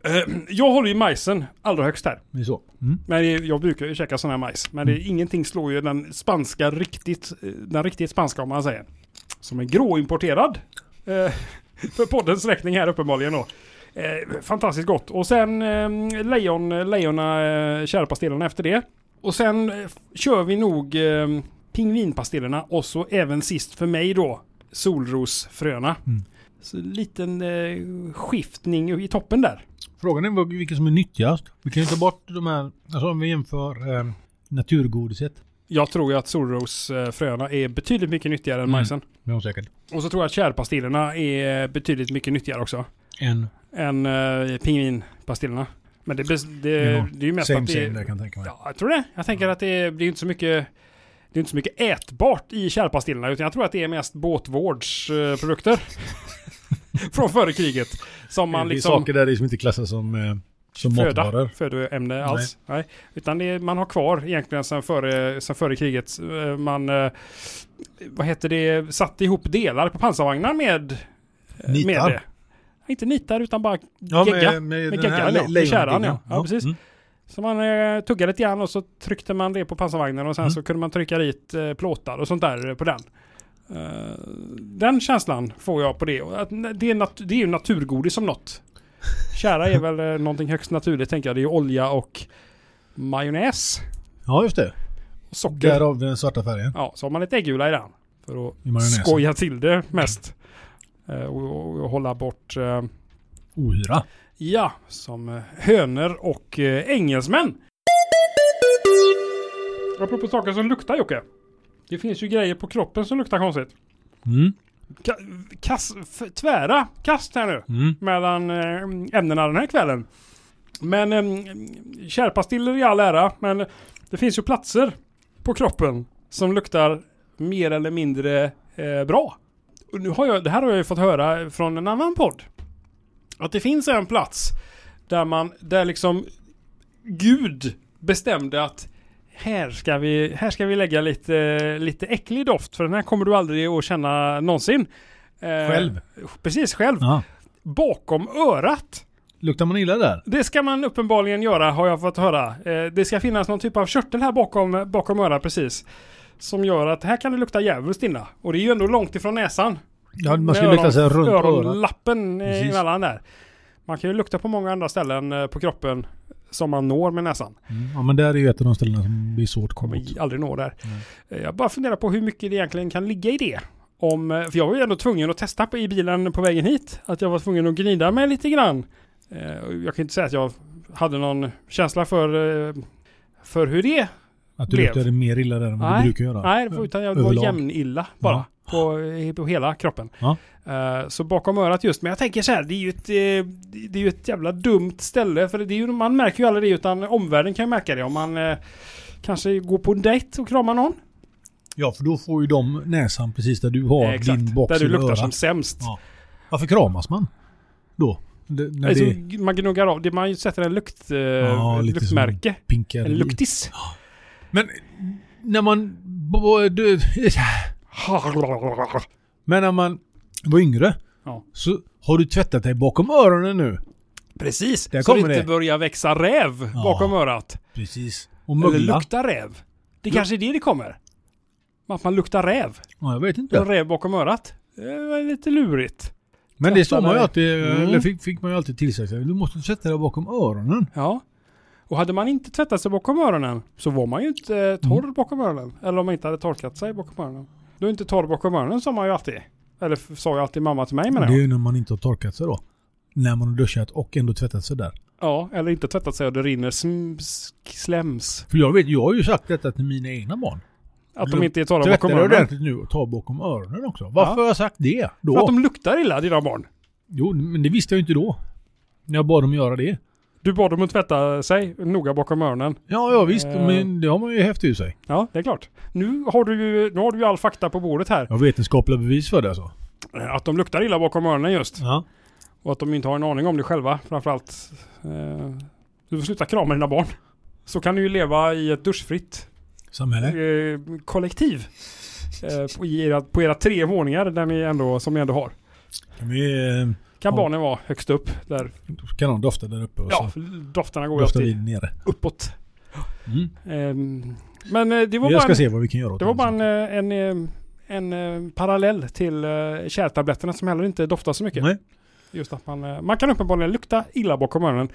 Speaker 1: Eh, Jag håller ju majsen allra högst här.
Speaker 2: Det är så. Mm.
Speaker 1: Men det- jag brukar ju käka sån här majs. Men det, är ingenting slår ju den spanska riktigt, eh, den riktigt spanska om man säger. Som är gråimporterad. Eh, för poddens räkning här uppenbarligen då. Eh, fantastiskt gott. Och sen eh, lejon, lejona, eh, tjärpastejerna efter det. Och sen eh, f- kör vi nog eh, pingvinpastejerna och så även sist för mig då solrosfröna.
Speaker 2: Mm.
Speaker 1: Så liten eh, skiftning i toppen där.
Speaker 2: Frågan är vad- vilken som är nyttigast. Vi kan ju ta bort de här, alltså om vi jämför eh, naturgodiset.
Speaker 1: Jag tror ju att solrosfröna är betydligt mycket nyttigare än
Speaker 2: Mm.
Speaker 1: majsen.
Speaker 2: Det är säkert.
Speaker 1: Och så tror jag att tjärpastillerna är betydligt mycket nyttigare också.
Speaker 2: En
Speaker 1: Än eh, pingvinpastillerna. Men det, bes- det,
Speaker 2: Ja,
Speaker 1: det är ju mest
Speaker 2: same
Speaker 1: att det
Speaker 2: same
Speaker 1: är...
Speaker 2: där kan jag tänka mig.
Speaker 1: Ja, jag tror det. Jag tänker att det, det är inte så mycket... Det är inte så mycket ätbart i tjärpastillerna utan jag tror att det är mest båtvårdsprodukter. Från före kriget. Som man
Speaker 2: det är
Speaker 1: liksom...
Speaker 2: saker där i som inte klassas som, eh, som
Speaker 1: Föda,
Speaker 2: matvaror.
Speaker 1: födoämne alls. Nej. Utan det är, man har kvar egentligen sedan före, sedan före kriget. eh, Man, eh, vad heter det, satte ihop delar på pansarvagnar med, eh,
Speaker 2: Nitar.
Speaker 1: med det. Inte nitar utan bara
Speaker 2: Ja,
Speaker 1: gegga.
Speaker 2: med,
Speaker 1: geggan, ja.
Speaker 2: le-
Speaker 1: Med
Speaker 2: lejonet-
Speaker 1: kärran, ja. Ja, precis.
Speaker 2: Mm.
Speaker 1: Så man eh, tuggade lite grann och så tryckte man det på pansarvagnen och sen
Speaker 2: Mm.
Speaker 1: så kunde man trycka dit eh, plåtar och sånt där eh, på den. Eh, den känslan får jag på det. Och att na- Det är, nat- det är ju naturgodis som något. Kära är väl eh, någonting högst naturligt tänker jag. Det är ju olja och majonnäs
Speaker 2: Ja, just det.
Speaker 1: och socker.
Speaker 2: Därav den svarta färgen
Speaker 1: Ja, så har man lite äggula i den. För att
Speaker 2: i majonnäsen.
Speaker 1: skoja till det mest. Eh, och, och, och hålla bort, eh,
Speaker 2: Ohyra.
Speaker 1: ja, som eh, hönor och eh, engelsmän. Apropå saker som luktar Jocke. Det finns ju grejer på kroppen som luktar konstigt.
Speaker 2: Mm.
Speaker 1: Ka kass, f- tvära kast här nu.
Speaker 2: Mm.
Speaker 1: Mellan eh, ämnena den här kvällen. Men eh, kärpastiller i all ära. Men det finns ju platser på kroppen som luktar mer eller mindre eh, bra. Och nu har jag, det här har jag ju fått höra från en annan podd. Att det finns en plats där man, där liksom Gud bestämde att här ska vi, här ska vi lägga lite, lite äcklig doft för den här kommer du aldrig att känna någonsin. Eh,
Speaker 2: Själv.
Speaker 1: Precis, själv.
Speaker 2: Ja.
Speaker 1: Bakom örat.
Speaker 2: Luktar man illa där?
Speaker 1: Det ska man uppenbarligen göra har jag fått höra. Eh, det ska finnas någon typ av körtel här bakom, bakom örat precis. Som gör att här kan det lukta djävulskt illa. Och det är ju ändå långt ifrån näsan.
Speaker 2: Ja, man ska
Speaker 1: Med
Speaker 2: ju lukta sig
Speaker 1: öron-
Speaker 2: runt örat.
Speaker 1: öronlappen eh,
Speaker 2: Precis.
Speaker 1: emellan där. Man kan ju lukta på många andra ställen eh, på kroppen som man når med näsan.
Speaker 2: Mm. Ja, men där är ju ett av de ställena som blir svårt att komma
Speaker 1: kommer
Speaker 2: åt.
Speaker 1: aldrig nå där.
Speaker 2: Mm.
Speaker 1: Eh, Jag bara funderar på hur mycket det egentligen kan ligga i det. Om, eh, för jag var ju ändå tvungen att testa på, i bilen på vägen hit. Att jag var tvungen att gnida mig lite grann. Eh, och Jag kan ju inte säga att jag hade någon känsla för, eh, för hur det är.
Speaker 2: Att du
Speaker 1: Blev.
Speaker 2: luktade mer illa där än vad
Speaker 1: Nej.
Speaker 2: du brukar göra.
Speaker 1: Nej, det var- utan jag var
Speaker 2: Överlag.
Speaker 1: jämnilla bara. På, eh, på hela kroppen.
Speaker 2: Ja.
Speaker 1: Eh, Så bakom örat just. Men jag tänker så här, det är ju ett, eh, det är ju ett jävla dumt ställe. För det är ju, man märker ju aldrig det utan omvärlden kan ju märka det. Om man eh, kanske går på en dejt och kramar någon.
Speaker 2: Ja, för då får ju de näsan precis där du har
Speaker 1: Eh, Exakt,
Speaker 2: din box
Speaker 1: där du
Speaker 2: eller
Speaker 1: luktar
Speaker 2: öra.
Speaker 1: som sämst.
Speaker 2: Ja. Varför kramas man? Då? Det, när
Speaker 1: alltså,
Speaker 2: det
Speaker 1: Man gnuggar av, det, man sätter en lukt, eh,
Speaker 2: Ja, lite som-
Speaker 1: luktmärke.
Speaker 2: pinkar
Speaker 1: En
Speaker 2: i.
Speaker 1: luktis.
Speaker 2: Men när man... bo- Du, men när man var yngre
Speaker 1: Ja.
Speaker 2: så har du tvättat dig bakom öronen nu.
Speaker 1: Precis,
Speaker 2: Där
Speaker 1: så det
Speaker 2: kommer
Speaker 1: inte
Speaker 2: det.
Speaker 1: börjar växa räv
Speaker 2: Ja.
Speaker 1: bakom örat.
Speaker 2: Precis. Och
Speaker 1: Eller
Speaker 2: mögla.
Speaker 1: lukta räv. Det kanske är det det kommer. Att man luktar räv.
Speaker 2: Ja, jag vet
Speaker 1: En
Speaker 2: inte.
Speaker 1: räv bakom örat. Det var lite lurigt.
Speaker 2: Men det står man ju
Speaker 1: tvättade.
Speaker 2: alltid, eh,
Speaker 1: Mm.
Speaker 2: eller fick, fick man ju alltid till sig. Du måste tvätta dig bakom öronen.
Speaker 1: Ja. Och hade man inte tvättat sig bakom öronen så var man ju inte eh, torr
Speaker 2: Mm.
Speaker 1: bakom öronen. Eller om man inte hade torkat sig bakom öronen. Du är inte torr bakom öronen sa man ju alltid. Eller f- sa ju alltid mamma till mig menar
Speaker 2: det är
Speaker 1: jag.
Speaker 2: ju när man inte har torkat sig då. När man har duschat och ändå tvättat sig där.
Speaker 1: Ja, eller inte tvättat sig och det rinner sm- sk- slems.
Speaker 2: För jag vet, jag har ju sagt detta till mina egna barn.
Speaker 1: Att de
Speaker 2: Luk-
Speaker 1: inte är torra
Speaker 2: Tvätta
Speaker 1: bakom
Speaker 2: dig
Speaker 1: öronen.
Speaker 2: ordentligt nu och ta bakom öronen också. Varför
Speaker 1: Ja.
Speaker 2: har jag sagt det då?
Speaker 1: För att de luktar illa, dina barn.
Speaker 2: Jo, men det visste jag ju inte då. När jag bad dem göra det.
Speaker 1: Du bad dem att tvätta sig noga bakom öronen.
Speaker 2: Ja, ja visst.
Speaker 1: Eh.
Speaker 2: Men det har man ju häft ur sig.
Speaker 1: Ja, det är klart. Nu har du ju, nu har du ju all fakta på bordet här.
Speaker 2: Jag har vetenskapliga bevis för det alltså.
Speaker 1: Att de luktar illa bakom öronen just.
Speaker 2: Ja.
Speaker 1: Och att de inte har en aning om det själva, framförallt. Eh, du får sluta krama dina barn. Så kan du ju leva i ett duschfritt
Speaker 2: Samhälle.
Speaker 1: eh, kollektiv. Eh, på, i era, på era tre våningar där ni ändå, som ni ändå har.
Speaker 2: Kan, vi, eh,
Speaker 1: Kan
Speaker 2: Ja.
Speaker 1: barnen vara högst upp där.
Speaker 2: kan de dofta där uppe och
Speaker 1: Ja,
Speaker 2: så
Speaker 1: dofterna går ju
Speaker 2: doftar vi
Speaker 1: alltid
Speaker 2: nere.
Speaker 1: uppåt.
Speaker 2: Mm.
Speaker 1: Ehm, men eh, det var
Speaker 2: Jag
Speaker 1: bara
Speaker 2: ska
Speaker 1: en,
Speaker 2: se vad vi kan göra åt
Speaker 1: det var
Speaker 2: det. alltså.
Speaker 1: bara en, eh, en, eh, en, eh, parallell till eh, kärltabletterna som heller inte doftar så mycket.
Speaker 2: Nej.
Speaker 1: Just att man, eh, man kan uppenbarligen lukta illa bakom öronen.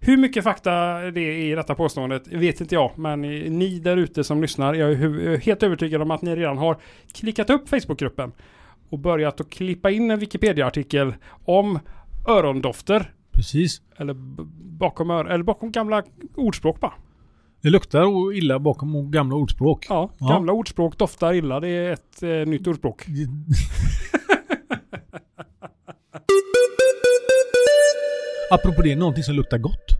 Speaker 1: Hur mycket fakta det är i detta påståendet vet inte jag, men eh, ni där ute som lyssnar, jag är hu- helt övertygad om att ni redan har klickat upp Facebookgruppen och börjat att klippa in en Wikipedia-artikel om örondofter,
Speaker 2: Precis.
Speaker 1: eller b- bakom, ör- eller bakom gamla ordspråk bara.
Speaker 2: Det luktar o- illa bakom gamla ordspråk.
Speaker 1: Ja,
Speaker 2: Ja.
Speaker 1: gamla ordspråk doftar illa, det är ett eh, nytt ordspråk.
Speaker 2: Apropå det, någonting som luktar gott.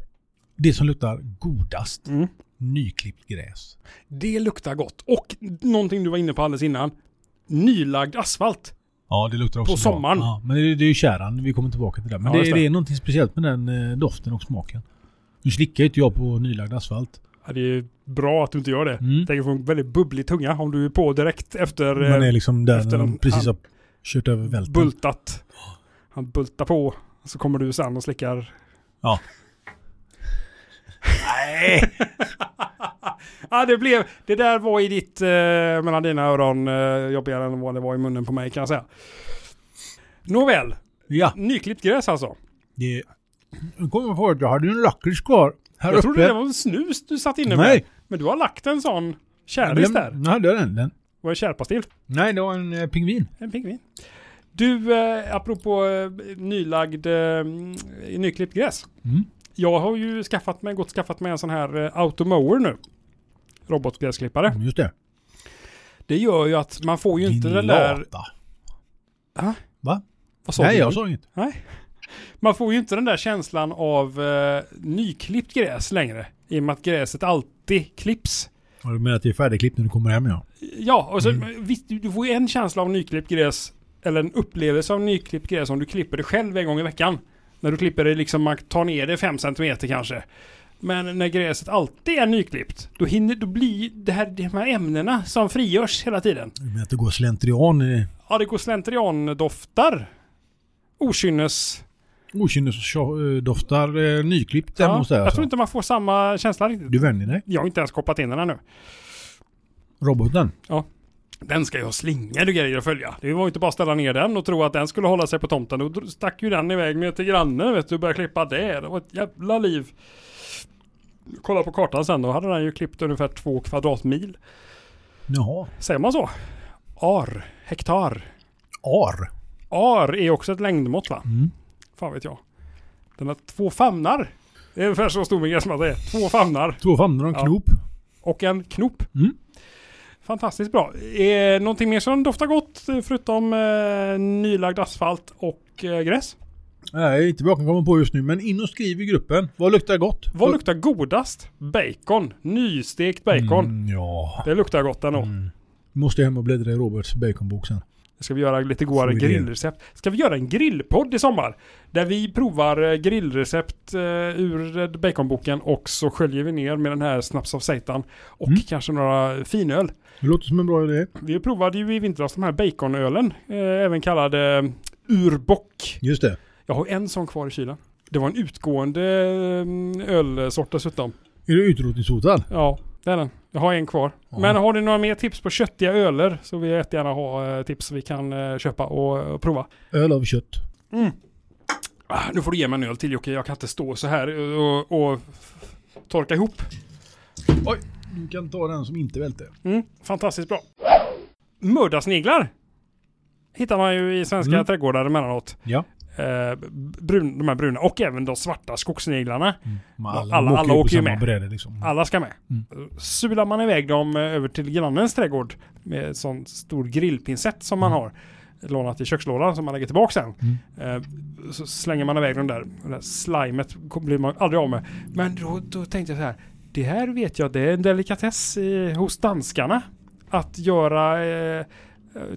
Speaker 2: Det som luktar godast.
Speaker 1: Mm.
Speaker 2: Nyklippt gräs.
Speaker 1: Det luktar gott. Och någonting du var inne på alldeles innan, nylagd asfalt.
Speaker 2: Ja, det luktar också
Speaker 1: På
Speaker 2: bra.
Speaker 1: sommaren.
Speaker 2: Ja, men det, det är ju käran. Vi kommer tillbaka till det. Men
Speaker 1: Ja,
Speaker 2: det,
Speaker 1: just
Speaker 2: det.
Speaker 1: det.
Speaker 2: är någonting speciellt med den eh, doften och smaken. Nu slickar ju inte jag på nylagd asfalt.
Speaker 1: Ja, det är bra att du inte gör det.
Speaker 2: Mm.
Speaker 1: Tänk att få en väldigt bubblig tunga om du är på direkt efter
Speaker 2: Man
Speaker 1: eh,
Speaker 2: är liksom där
Speaker 1: efter
Speaker 2: när de
Speaker 1: en-
Speaker 2: precis har kört över välten.
Speaker 1: bultat. Han bultar på. Så kommer du sen och slickar.
Speaker 2: Ja. Nej!
Speaker 1: Ja, det blev... Det där var i ditt... Eh, mellan dina öron eh, jobbigare än vad det var i munnen på mig kan jag säga. Nåväl.
Speaker 2: Ja,
Speaker 1: Nyklippt gräs alltså.
Speaker 2: det... Nu kommer jag på att jag hade ju en lakrits kvar här
Speaker 1: jag
Speaker 2: uppe.
Speaker 1: trodde det var en snus du satt inne med.
Speaker 2: Nej.
Speaker 1: Men du har lagt en sån käris där.
Speaker 2: Nej, det var den. den.
Speaker 1: Var det kärpastill?
Speaker 2: Nej, det var en eh, pingvin.
Speaker 1: En pingvin. Du, eh, apropå eh, nylagd, eh, nyklippt gräs.
Speaker 2: Mm.
Speaker 1: Jag har ju skaffat mig, gått och skaffat mig en sån här eh, automower nu. Robotgräsklippare.
Speaker 2: Just det.
Speaker 1: Det gör ju att man får ju inte
Speaker 2: Mm. Din
Speaker 1: den där...
Speaker 2: lata.
Speaker 1: Vad sa
Speaker 2: Nej,
Speaker 1: du?
Speaker 2: jag sa inget.
Speaker 1: Man får ju inte den där känslan av eh, nyklippt gräs längre. I och med att gräset alltid klipps.
Speaker 2: Ja, Du menar att det är färdigklippt när du kommer hem ja.
Speaker 1: Ja, och så, visst, du, du får ju en känsla av nyklippt gräs. Eller en upplevelse av nyklippt gräs om du klipper det själv en gång i veckan. När du klipper det liksom, man tar ner det 5 centimeter kanske. Men när gräset alltid är nyklippt, då hinner då bli det här, de här ämnena som frigörs hela tiden.
Speaker 2: Du menar att det går slentrian i
Speaker 1: Ja, det går slentrian-doftar. Okynnes...
Speaker 2: okynnesdoftar eh, nyklippt hemma
Speaker 1: Ja,
Speaker 2: hos dig
Speaker 1: jag
Speaker 2: alltså.
Speaker 1: tror inte man får samma känsla riktigt.
Speaker 2: Du vänjer dig.
Speaker 1: Jag har inte ens kopplat in den här nu.
Speaker 2: Roboten.
Speaker 1: Den ska ju ha slingor och grejer att följa. Det var ju inte bara att ställa ner den och tro att den skulle hålla sig på tomten. Då dro- stack ju den iväg med till grannen vet du och började klippa det. Det var ett jävla liv. Kolla på kartan sen då hade den ju klippt ungefär två kvadratmil.
Speaker 2: Jaha.
Speaker 1: Säger man så? Ar, hektar.
Speaker 2: Ar.
Speaker 1: Ar är också ett längdmått va?
Speaker 2: Mm.
Speaker 1: Fan vet jag. Den har två famnar. Det är ungefär så stor min gräsmatta är. Två famnar
Speaker 2: Två famnar och en
Speaker 1: Ja.
Speaker 2: knop.
Speaker 1: och en knop.
Speaker 2: Mm.
Speaker 1: Fantastiskt bra. Eh, någonting mer som doftar gott eh, förutom eh, nylagd asfalt och eh, gräs?
Speaker 2: Nej, inte vad jag kan komma på just nu. Men in och skriv i gruppen. Vad luktar gott?
Speaker 1: Vad luktar godast? Bacon. Nystekt bacon.
Speaker 2: Mm, ja.
Speaker 1: Det luktar gott ändå.
Speaker 2: Mm. Måste hem och bläddra i Roberts baconbok sen.
Speaker 1: Det ska vi göra lite godare
Speaker 2: Får vi det.
Speaker 1: grillrecept. Ska vi göra en grillpodd i sommar? Där vi provar eh, grillrecept eh, ur eh, baconboken och så sköljer vi ner med den här Snaps av Satan. Och
Speaker 2: Mm.
Speaker 1: kanske några finöl.
Speaker 2: Det låter som en bra idé.
Speaker 1: Vi provade ju i vintras de här baconölen, eh, även kallad eh, urbock.
Speaker 2: Just det.
Speaker 1: Jag har en sån kvar i kylen. Det var en utgående eh, ölsort dessutom.
Speaker 2: Är du utrotningshotad?
Speaker 1: Ja, det är den. Jag har en kvar.
Speaker 2: Ja.
Speaker 1: Men har ni några mer tips på köttiga öler så vill jag jättegärna ha eh, tips vi kan eh, köpa och, eh, prova.
Speaker 2: Öl av kött.
Speaker 1: Ah, nu får du ge mig en öl till Jocke. Jag kan inte stå så här och, och torka ihop.
Speaker 2: Oj, du kan ta den som inte välte.
Speaker 1: Mm, fantastiskt bra. Mördarsniglar hittar man ju i svenska
Speaker 2: Mm.
Speaker 1: trädgårdar emellanåt.
Speaker 2: Ja.
Speaker 1: eh, brun, de här bruna och även de svarta skogssniglarna.
Speaker 2: Mm. Men
Speaker 1: Alla- alla åker ju
Speaker 2: på samma
Speaker 1: med.
Speaker 2: bräde liksom.
Speaker 1: Alla ska med.
Speaker 2: Mm.
Speaker 1: Sular man iväg dem eh, över till grannens trädgård med en sån stor grillpinsett som man
Speaker 2: Mm.
Speaker 1: har lånat i kökslådan som man lägger tillbaka sen. Eh, så slänger man iväg den där, det där slimet kom- blir man aldrig av med. Men då, då tänkte jag så här. Det här vet jag, det är en delikatess eh, hos danskarna. Att göra, eh, eh,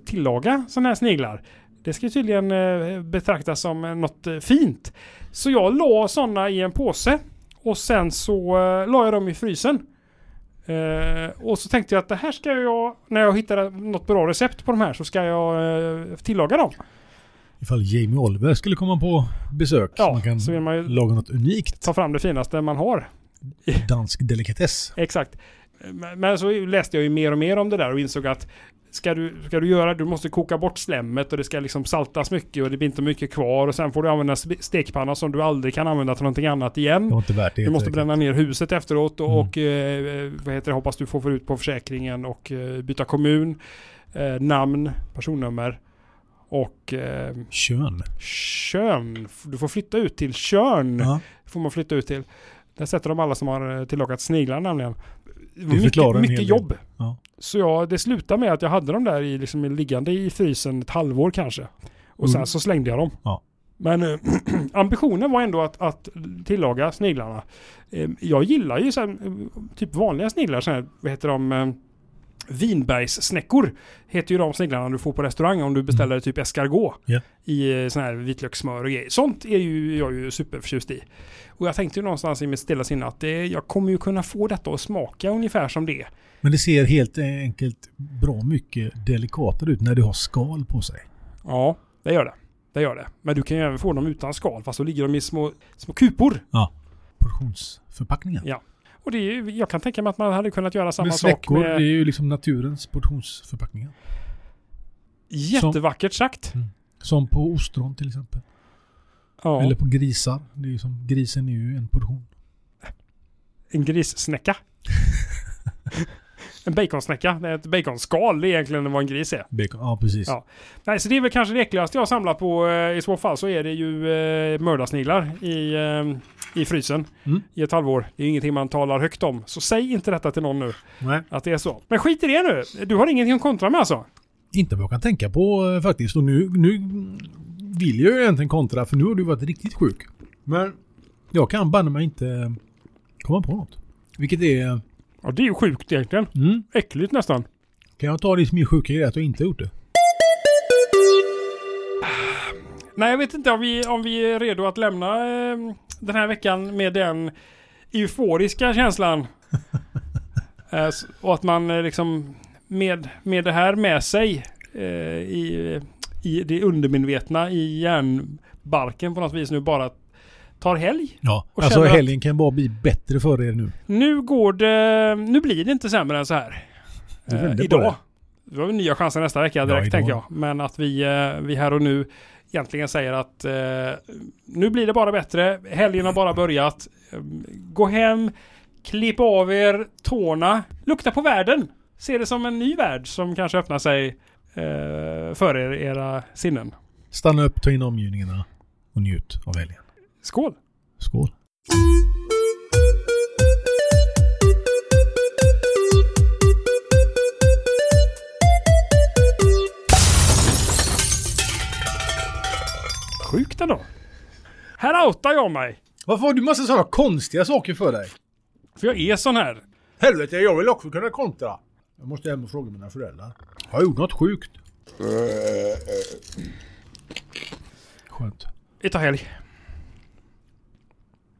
Speaker 1: tillaga sådana här sniglar. Det ska tydligen eh, betraktas som eh, något eh, fint. Så jag la sådana i en påse. Och sen så eh, la jag dem i frysen. Eh, och så tänkte jag att det här ska jag, när jag hittar något bra recept på de här så ska jag eh, tillaga dem.
Speaker 2: Ifall Jamie Oliver skulle komma på besök.
Speaker 1: Ja,
Speaker 2: så man kan
Speaker 1: så vill man ju-
Speaker 2: laga något unikt.
Speaker 1: ta fram det finaste man har.
Speaker 2: Dansk delikatess.
Speaker 1: Exakt. Men- Men så läste jag ju mer och mer om det där och insåg att ska du, ska du göra, du måste koka bort slemmet och det ska liksom saltas mycket och det blir inte mycket kvar och sen får du använda sp- stekpanna som du aldrig kan använda till någonting annat igen.
Speaker 2: Det var inte värt det.
Speaker 1: Du
Speaker 2: helt
Speaker 1: måste
Speaker 2: enkelt.
Speaker 1: bränna ner huset efteråt och,
Speaker 2: Mm.
Speaker 1: och eh, vad heter det, hoppas du får få ut på försäkringen och eh, byta kommun, eh, namn, personnummer och eh,
Speaker 2: Kön.
Speaker 1: Tjörn. Du får flytta ut till Tjörn
Speaker 2: Ja.
Speaker 1: får man flytta ut till. Där sätter de alla som har eh, tillagat sniglar nämligen. Det var
Speaker 2: förklarar en
Speaker 1: mycket
Speaker 2: hel
Speaker 1: mycket
Speaker 2: del.
Speaker 1: jobb.
Speaker 2: Ja.
Speaker 1: Så jag, det slutade med att jag hade dem där i, liksom, liggande i frysen ett halvår kanske. Och sen
Speaker 2: Mm.
Speaker 1: så slängde jag dem.
Speaker 2: Ja.
Speaker 1: Men eh, ambitionen var ändå att, att tillaga sniglarna. Eh, jag gillar ju sen, eh, typ vanliga sniglar, sån här, vad heter de? Eh, Vinbergssnäckor heter ju de sniglarna du får på restaurang om du beställer typ escargot
Speaker 2: Mm. Ja.
Speaker 1: i eh, sån här vitlökssmör och grejer. Sånt är ju jag är ju superförtjust i. Och jag tänkte ju någonstans i mitt stilla sinne att det, jag kommer ju kunna få detta att smaka ungefär som det.
Speaker 2: Men det ser helt enkelt bra mycket delikatare ut när det har skal på sig.
Speaker 1: Ja, det gör det. Det gör det. Men du kan ju även få dem utan skal fast då ligger de i små, små kupor.
Speaker 2: Portionsförpackningen.
Speaker 1: Och det är, ju- jag kan tänka mig att man hade kunnat göra samma
Speaker 2: Men
Speaker 1: sak
Speaker 2: snäckor, det är
Speaker 1: med
Speaker 2: ju liksom naturens portionsförpackningar.
Speaker 1: jättevackert sagt.
Speaker 2: Som på ostron till exempel.
Speaker 1: Ja,
Speaker 2: Eller på grisar. Det är ju som, grisen är ju en portion.
Speaker 1: en grissnäcka. en baconsnäcka. Det är ett baconskal det är egentligen vad en gris är.
Speaker 2: Bacon. Ja, precis.
Speaker 1: Ja. Nej, så det är väl kanske det äckligaste jag samlar på. eh, I så fall så är det ju eh, mördarsniglar i, eh, i frysen
Speaker 2: Mm.
Speaker 1: i ett halvår. Det är ju ingenting man talar högt om. Så säg inte detta till någon nu,
Speaker 2: Nej.
Speaker 1: att det är så. Men skit i det nu. Du har ingenting att kontra med alltså?
Speaker 2: Inte vad jag kan tänka på eh, faktiskt. Och nu, nu vill jag ju egentligen kontra för nu har du varit riktigt sjuk. Men jag kan banne mig inte eh, komma på något. Vilket är...
Speaker 1: Ja, det är ju sjukt egentligen.
Speaker 2: Mm,
Speaker 1: Äckligt nästan.
Speaker 2: kan jag ta det som min sjuka grej att jag inte har gjort det?
Speaker 1: Nej, jag vet inte om vi, om vi är redo att lämna eh, den här veckan med den euforiska känslan. eh, s- och att man eh, liksom med, med det här med sig eh, i, i det undermedvetna i hjärnbarken på något vis nu bara tar helg.
Speaker 2: Ja,
Speaker 1: Och
Speaker 2: alltså
Speaker 1: känner att-
Speaker 2: helgen kan bara bli bättre för er nu.
Speaker 1: Nu går det, nu blir det inte sämre än så här.
Speaker 2: Det
Speaker 1: Eh,
Speaker 2: vände på
Speaker 1: idag.
Speaker 2: det.
Speaker 1: Då har vi nya chanser nästa vecka
Speaker 2: Ja,
Speaker 1: direkt
Speaker 2: idag.
Speaker 1: tänker jag. Men att vi, eh, vi här och nu egentligen säger att eh, nu blir det bara bättre. Helgen har bara börjat. Eh, Gå hem, klipp av er tårna, lukta på världen. Se det som en ny värld som kanske öppnar sig eh, för er, era sinnen.
Speaker 2: Stanna upp, ta in omgivningarna och njut av helgen.
Speaker 1: Skål!
Speaker 2: Skål!
Speaker 1: Sjukt ändå. Här outar jag mig.
Speaker 2: Varför har du massa sådana konstiga saker för dig?
Speaker 1: För jag är sån här.
Speaker 2: Helvete, jag vill också kunna kontra. Jag måste hem och fråga mina föräldrar. Har jag gjort något Eh, sjukt? Skönt.
Speaker 1: Vi tar helg.